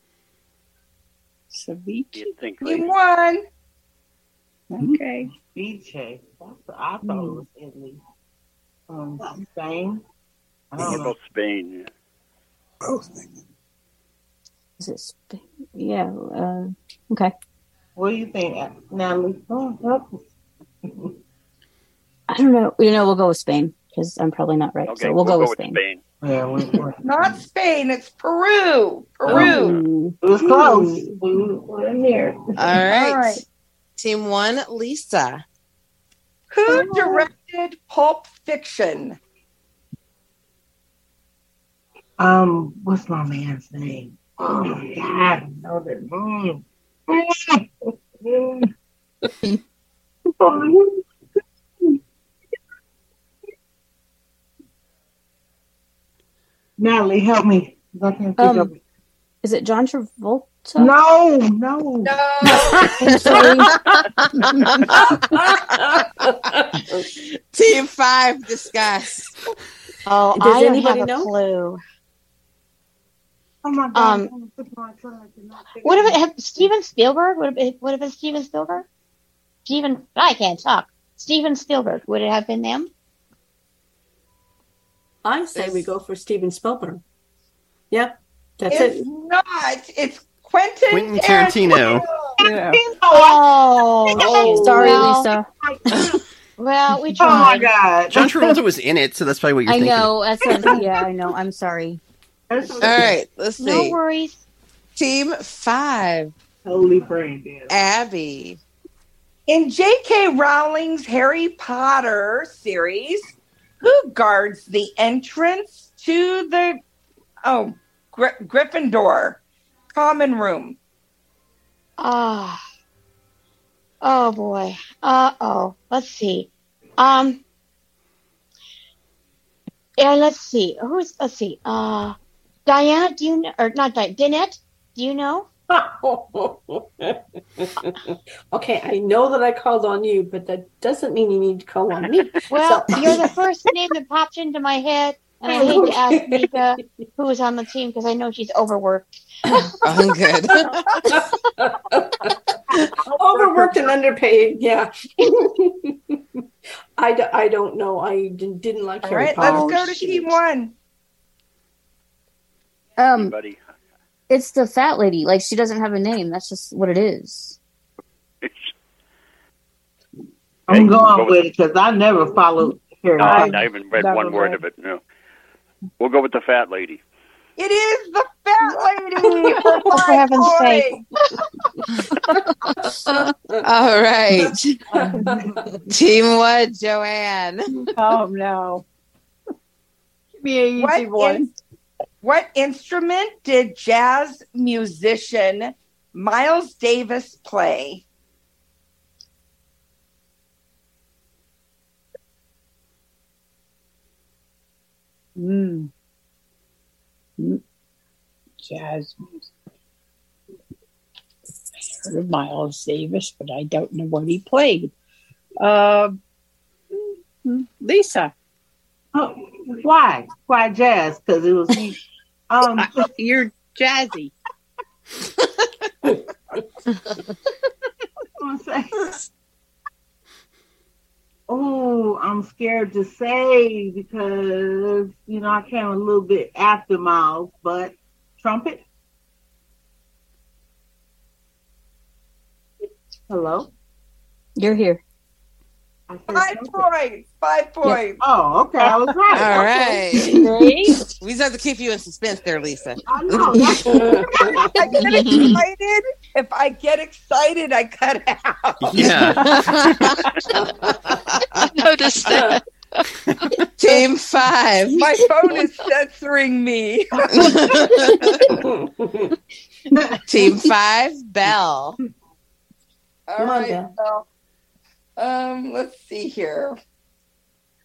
Ceviche. You won. Okay. BJ. That's I thought it was Italy. Um, Spain. I What don't know. about Spain? Oh, Is it Spain? Yeah. Uh, okay. What do you think, Natalie? Oh, help me. I don't know. You know, we'll go with Spain because I'm probably not right. Okay, so we'll, go, with Spain. Yeah, we, we're Not Spain. It's Peru. Peru. Ooh. It was close. We Hmm, were near. All right. Team one, Lisa. Who directed Pulp (laughs) Fiction? Um, what's my man's name? Oh my God, I know that. Mm. Natalie, help me. 'cause I can't think Um, of it. Is it John Travolta? No, no, I'm sorry. Team five, discuss. Oh, Does I don't anybody have a know? clue. Oh my Um, I'm gonna put my truck and I'll figure Would have it been have Steven Spielberg? Would have been would have been Steven Spielberg? Steven, I can't talk. Steven Spielberg. Would it have been them? (laughs) I say we go for Steven Spielberg. Yep, that's it's it. not. It's Quentin, Quentin Tarantino. Tarantino. Yeah. out. Oh, (laughs) Oh, sorry, well. Lisa. (laughs) Well, we Oh my tried. God. John Travolta was in it, so that's probably what you're I thinking. know. That's what- yeah, I know. I'm sorry. All right, let's see. No worries. Team five. Holy brain dead. Abby. In J.K. Rowling's Harry Potter series, who guards the entrance to the oh Gry- Gryffindor common room? Ah. Oh boy. Uh oh. Let's see. Um. Yeah. Let's see. Who's? Let's see. Uh, Diana. Do you know? Or not Diana? Dinette. Do you know? (laughs) okay, I know that I called on you, but that doesn't mean you need to call on me. (laughs) Well, So- you're the first name that popped into my head, and I (laughs) hate to ask Okay. Mika who is on the team because I know she's overworked. I'm good. (laughs) overworked and underpaid. Yeah. (laughs) I, d- I don't know. I d- didn't like All Harry right, Potter. let's go Oh, to team one. Um, it's the fat lady. Like she doesn't have a name. That's just what it is. I'm going with it because I never followed Harry. No, I Potter. haven't read one word of it. No. We'll go with the fat lady. It is the fat lady. for For my heaven's sake. boy. All right. (laughs) (laughs) Team what, Joanne? Oh (laughs) no. Give me a easy one. what instrument did jazz musician Miles Davis play? Mm. Mm. Jazz music. I heard of Miles Davis, but I don't know what he played. Uh, mm, Lisa. Oh, why? Why jazz? Because it was (laughs) me. Um, you're (laughs) jazzy. Oh, I'm scared to say because you know I came a little bit after Miles, but trumpet. (laughs) Hello. You're here. Five points. Five points. Oh, okay. I was right. (laughs) All right. Okay. We just have to keep you in suspense there, Lisa. know, (laughs) that's- I get excited. If I get excited, I cut (laughs) (laughs) out. Notice (laughs) that. Team five. My phone is censoring (laughs) me. (laughs) Team five, Belle. All Come on, right. Belle. Well, um, let's see here.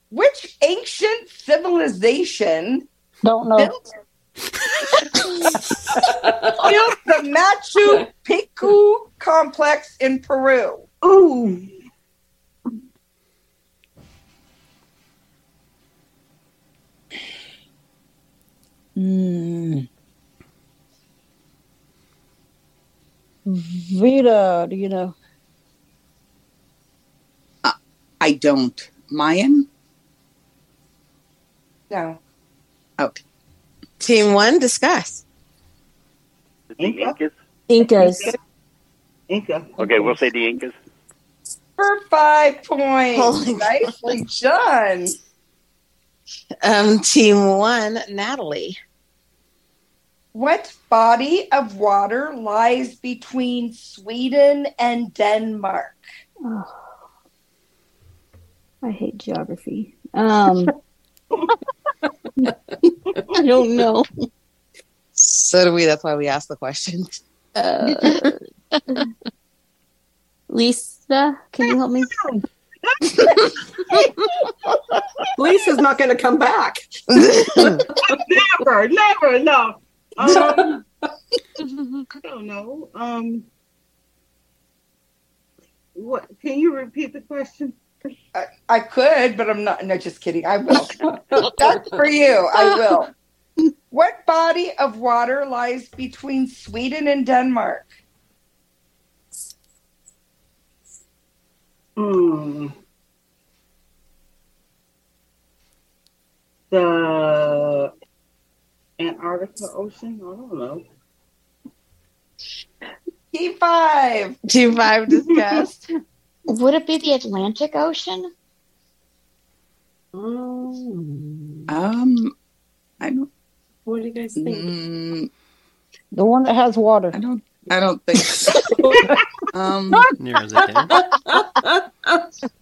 Which ancient civilization Don't know. built the Machu Picchu complex in Peru? Ooh. Hmm. Mm. Vita, do you know? I don't. Mayan? No. Okay. Team one, discuss. Incas? Incas. Inca. Okay, we'll say the Incas. For five points. Oh Nicely done. Um, team one, Natalie. What body of water lies between Sweden and Denmark? I hate geography. Um, (laughs) I don't know. So do we. That's why we asked the question. Uh, Lisa, can you help me? (laughs) Lisa's not going to come (laughs) back. never, (laughs) never, no. Um, I don't know. Um, what? Can you repeat the question? I, I could, but I'm not. No, just kidding. I will. (laughs) That's for you. I will. What body of water lies between Sweden and Denmark? Mm. The Antarctica Ocean? I don't know. Team five. Team five discussed. Would it be the Atlantic Ocean? Mm-hmm. Um, I don't. What do you guys think? The one that has water. I don't. I don't think. So. um, Near as I can.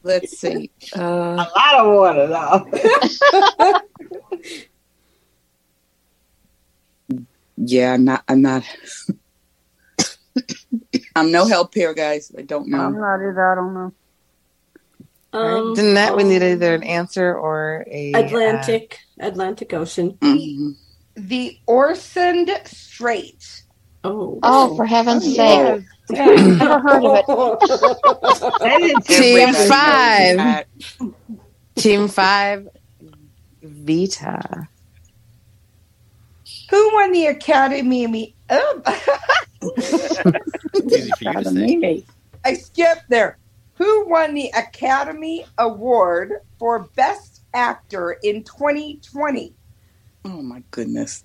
let's see. Uh, A lot of water, though. yeah, I'm not. I'm not. Um, I'm no help here, guys. I don't know. I'm not either. I don't know. Alright, Oh, Um, Then that we need either an answer or a uh, Mm-hmm. Atlantic, Atlantic Ocean. The Orsund Strait. Oh, Oh, for heaven's Oh, sake. Never heard of (laughs) it. Team Everybody five. Team five. Vita. Who won the Academy? Me. Oh, Easy for you to say. I skipped there. Who won the Academy Award for Best Actor in 2020? Oh my goodness.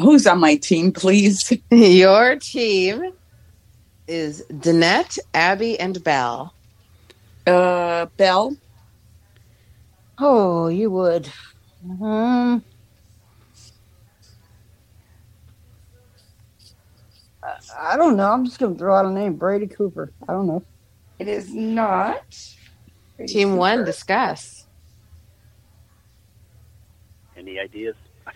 Who's on my team, please? (laughs) (laughs) Your team is Danette, Abby, and Belle. Uh, Belle. Oh, you would. Mm-hmm. Um, I- I don't know. I'm just going to throw out a name Brady Cooper. I don't know. It is not. Brady Team one, Cooper. discuss. Any ideas? Um,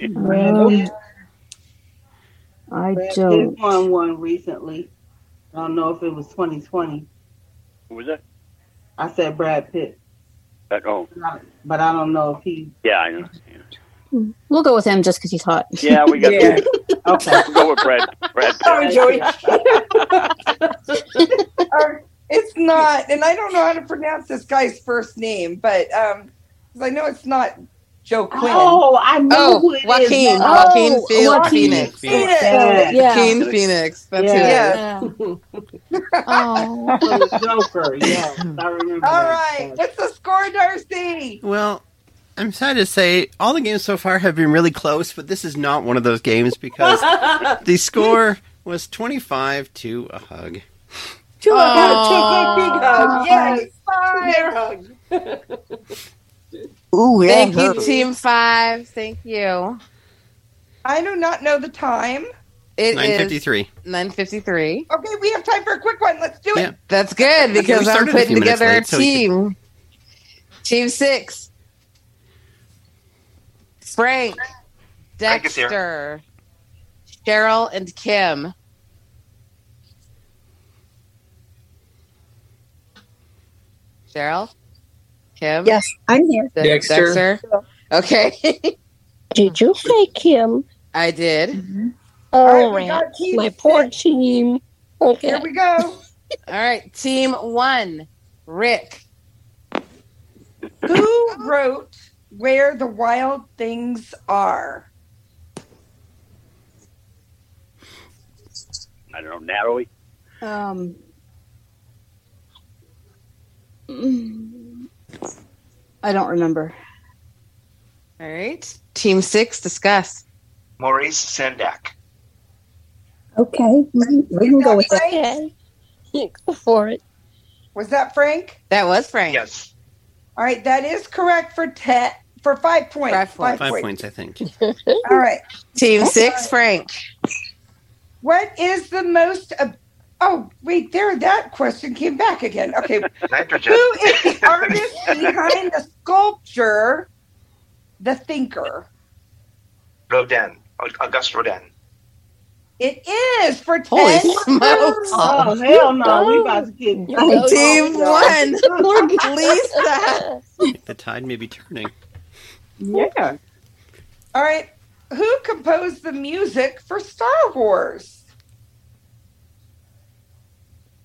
I Brad Pitt don't. won one recently. I don't know if it was 2020. Who was that? I said Brad Pitt, That- oh, but I don't know if he. yeah, I know. We'll go with him just because he's hot. Yeah, (laughs) we got. Yeah. okay. We'll go with Brad. Brad. Pitt. Sorry, Joey. Or, it's not, and I don't know how to pronounce this guy's first name, but um, 'cause I know it's not Joe Quinn. Oh, I know Oh, who it is Joaquin. now. Joaquin Oh, Phoe- Joaquin Phoenix. Phoenix. Yeah. Yeah. Joaquin Phoenix. That's Yeah. who it is. (laughs) Oh, the Joker. Yes, I remember. All that. right. What's the score, Darcy? Well, I'm sad to say all the games so far have been really close, but this is not one of those (laughs) games because the score was 25 to a hug. To a uh, hug, to a big (laughs) hug. Yes. Bear hug. (laughs) Ooh, yeah. Thank her. you, Team Five. Thank you. I do not know the time. It is 953. Nine fifty-three. Okay, we have time for a quick one. Let's do it. Yeah. That's good We because I'm started a putting few minutes together a late, so we team. Team six. Frank, Frank is here. Dexter, Cheryl, and Kim. Cheryl, Kim. Yes, I'm here. De- Dexter. Okay. (laughs) Did you say Kim? I did. Oh, All right, we got team my poor team. Okay. Here (laughs) we go. All right, team one, Rick. Who wrote Where the Wild Things Are? I don't know. Natalie. Um, I don't remember. All right, team six, discuss. Maurice Sendak. Okay, we we can go with Oh, that. Okay. Go (laughs) for it. Was that Frank? That was Frank. Yes. All right, that is correct for te- for five points. Five Five points, I think. (laughs) All right. Team six, Frank. What is the most? Ab- oh, wait, there. That question came back again. (laughs) Okay, Nitrogen. who is the artist behind the sculpture, The Thinker? Rodin. Auguste Rodin. It is for Holy ten. smokes. Oh, hell no. We about to get. (laughs) Team one, (laughs) Lisa. The tide may be turning. Yeah. All right. Who composed the music for Star Wars?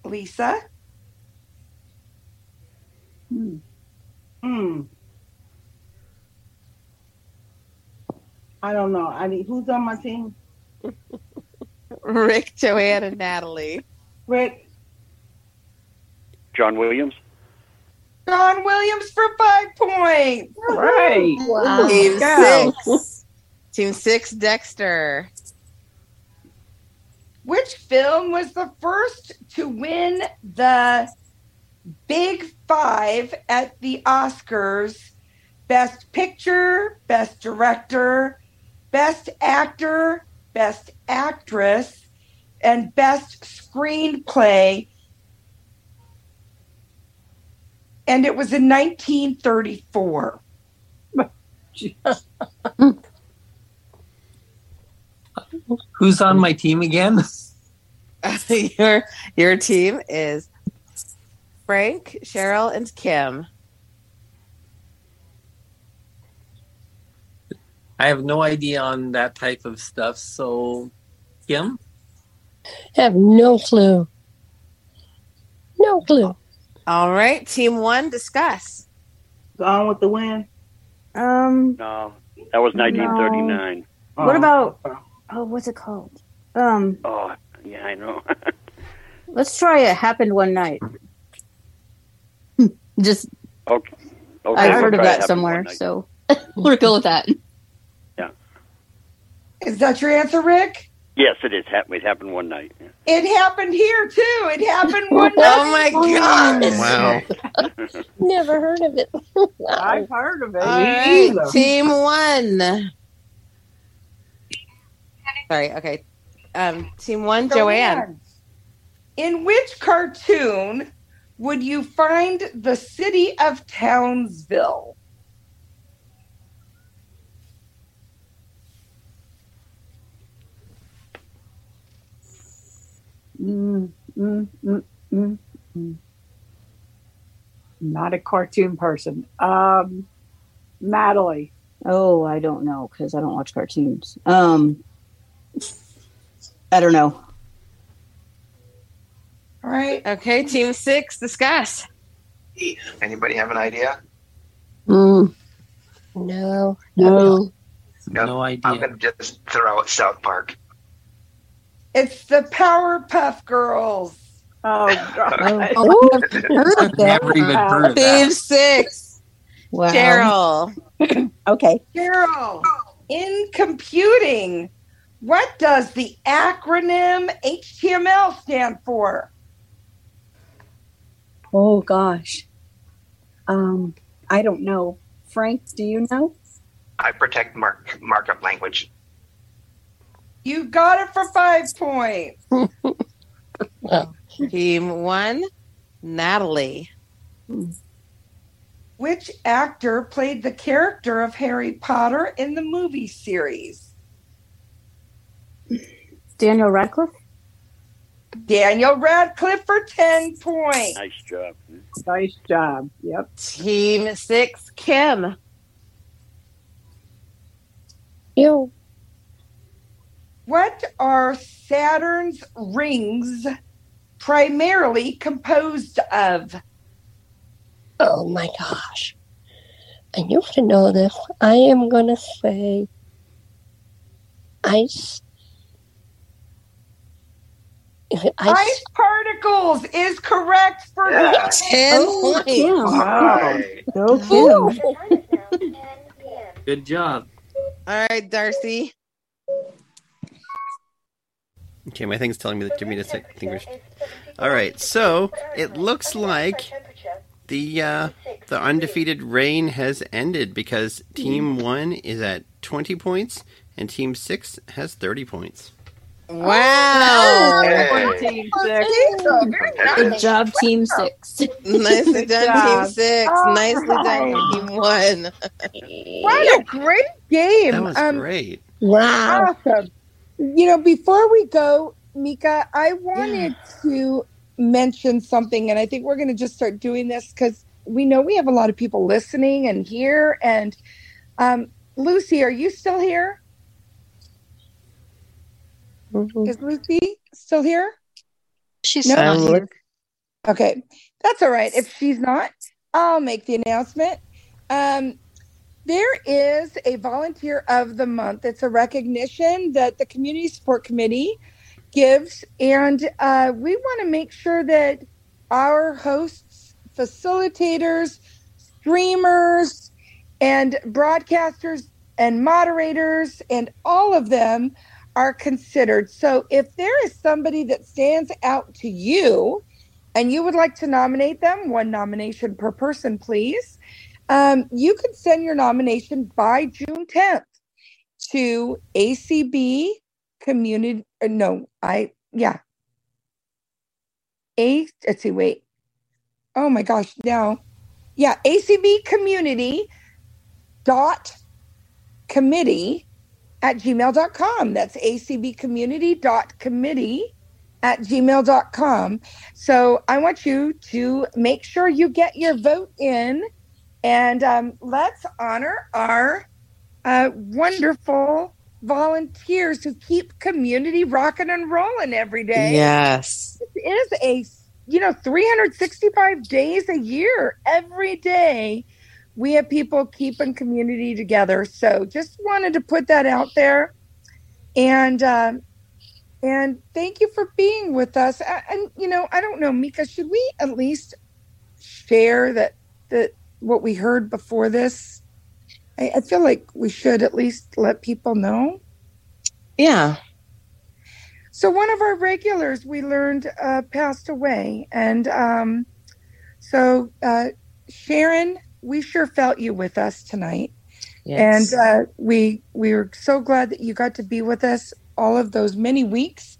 Lisa. Hmm. I don't know. I mean, who's on my team? Rick, Joanne, and Natalie. Rick. John Williams. John Williams for five points. Right. Wow. Team Go. six. Team six, Dexter. Which film was the first to win the Big Five at the Oscars Best Picture, Best Director, Best Actor, Best Actress, and Best Screenplay. And it was in 1934. Who's on my team again? (laughs) (laughs) your your team is Frank, Cheryl, and Kim. I have no idea on that type of stuff. So, Kim, Have no clue. No clue. All right, team one, discuss. Gone with the wind. Um, No, that was 1939. Uh, what about? Oh, what's it called? Um, Oh, yeah, I know. (laughs) let's try. It happened one night. (laughs) Just okay. okay I we'll heard of try that having somewhere, one night. so (laughs) we're cool with that. Is that your answer, Rick? Yes, it is. hap- It happened one night. It happened here too. It happened one (laughs) Oh night. my gosh. Wow. Never heard of (laughs) it. I've heard of it. All right, team one. Sorry, okay. Um, team one, Joanne. In which cartoon would you find the city of Townsville? 嗯 Mm, mm, mm, mm, mm. Not a cartoon person. Um, Natalie. Oh, I don't know because I don't watch cartoons. Um, I don't know. All right. Okay, team six, discuss. Anybody have an idea? No, no. No, idea. I'm gonna just throw out South Park. It's the Powerpuff Girls. Oh, Oh, I've heard of that. Never even heard of Team that. six, Wow. Cheryl. Okay. Carol, in computing, what does the acronym HTML stand for? Oh gosh. Um, I don't know. Frank, do you know? I protect mark markup language. You got it for five points. Team one, Natalie. Which actor played the character of Harry Potter in the movie series? Daniel Radcliffe. Daniel Radcliffe for 10 points. Nice job. Nice job. Yep. Team six, Kim. Yo. What are Saturn's rings primarily composed of? Oh my gosh. I used to know this. I am going to say ice. Is it ice? Ice particles is correct for Yeah. 10 Oh, points. Kim. Wow. No Kim. Good job. All right, Darcy. Okay, my thing's telling me that Jimmy doesn't think we should. All right, so it looks like the uh, the undefeated reign has ended because Team One is at twenty points and Team Six has thirty points. Wow. Hey. Good job, Team Six. Nicely Good done, job. Team Six. All Nicely done, right. Team One. What a great game. That was Um, great. Wow. Awesome. You know, before we go, Mika, I wanted to mention something, and I think we're going to just start doing this because we know we have a lot of people listening and here. And um, Lucy, are you still here? Is Lucy still here? Mm-hmm. She's No? not here. Okay, that's all right. If she's not, I'll make the announcement. Um, there is a volunteer of the month. It's a recognition that the community support committee gives, and uh, we want to make sure that our hosts, facilitators, streamers, and broadcasters and moderators and all of them are considered. So if there is somebody that stands out to you and you would like to nominate them, one nomination per person, please, um, you can send your nomination by June 10th to ACB Community. uh, No, I, yeah. A, let's see, wait. Oh my gosh, no. Yeah, ACB Community dot committee at gmail.com. That's acbcommunity.committee at gmail.com. So I want you to make sure you get your vote in and um, let's honor our uh, wonderful volunteers who keep community rocking and rolling every day. Yes. This is a you know 365 days a year every day we have people keeping community together so just wanted to put that out there and um, and thank you for being with us A- and you know i don't know mika should we at least share that that what we heard before this I, I feel like we should at least let people know Yeah. so one of our regulars we learned uh, passed away, and um, so uh, Sharon, we sure felt you with us tonight, Yes. and uh, we we were so glad that you got to be with us all of those many weeks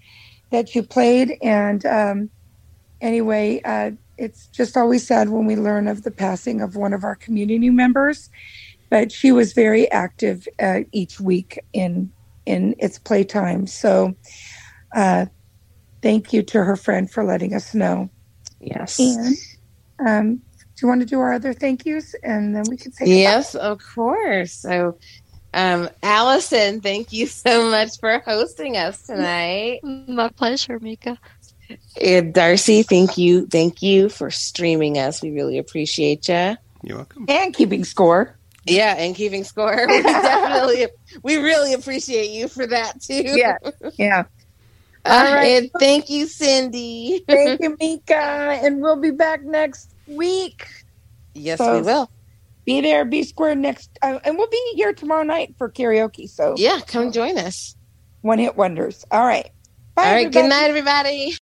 that you played. And um, anyway, uh, it's just always sad when we learn of the passing of one of our community members, but she was very active uh, each week in in its playtime. So uh, thank you to her friend for letting us know. Yes. And um, do you want to do our other thank yous and then we can say goodbye? Yes, of course. So, um, Allison, thank you so much for hosting us tonight. My pleasure, Mika. And Darcy, thank you, thank you for streaming us. We really appreciate you. You're welcome. And (laughs) keeping score. Yeah, and keeping score. (laughs) We definitely, we really appreciate you for that too. Yeah. Yeah. (laughs) All All right. right. And thank you, Cindy. Thank you, Mika. And we'll be back next week. Yes, So- we will. Be there, be square next. Uh, and we'll be here tomorrow night for karaoke. So Yeah, come join us. One hit wonders. All right. Bye, All right. Good everybody. night, everybody.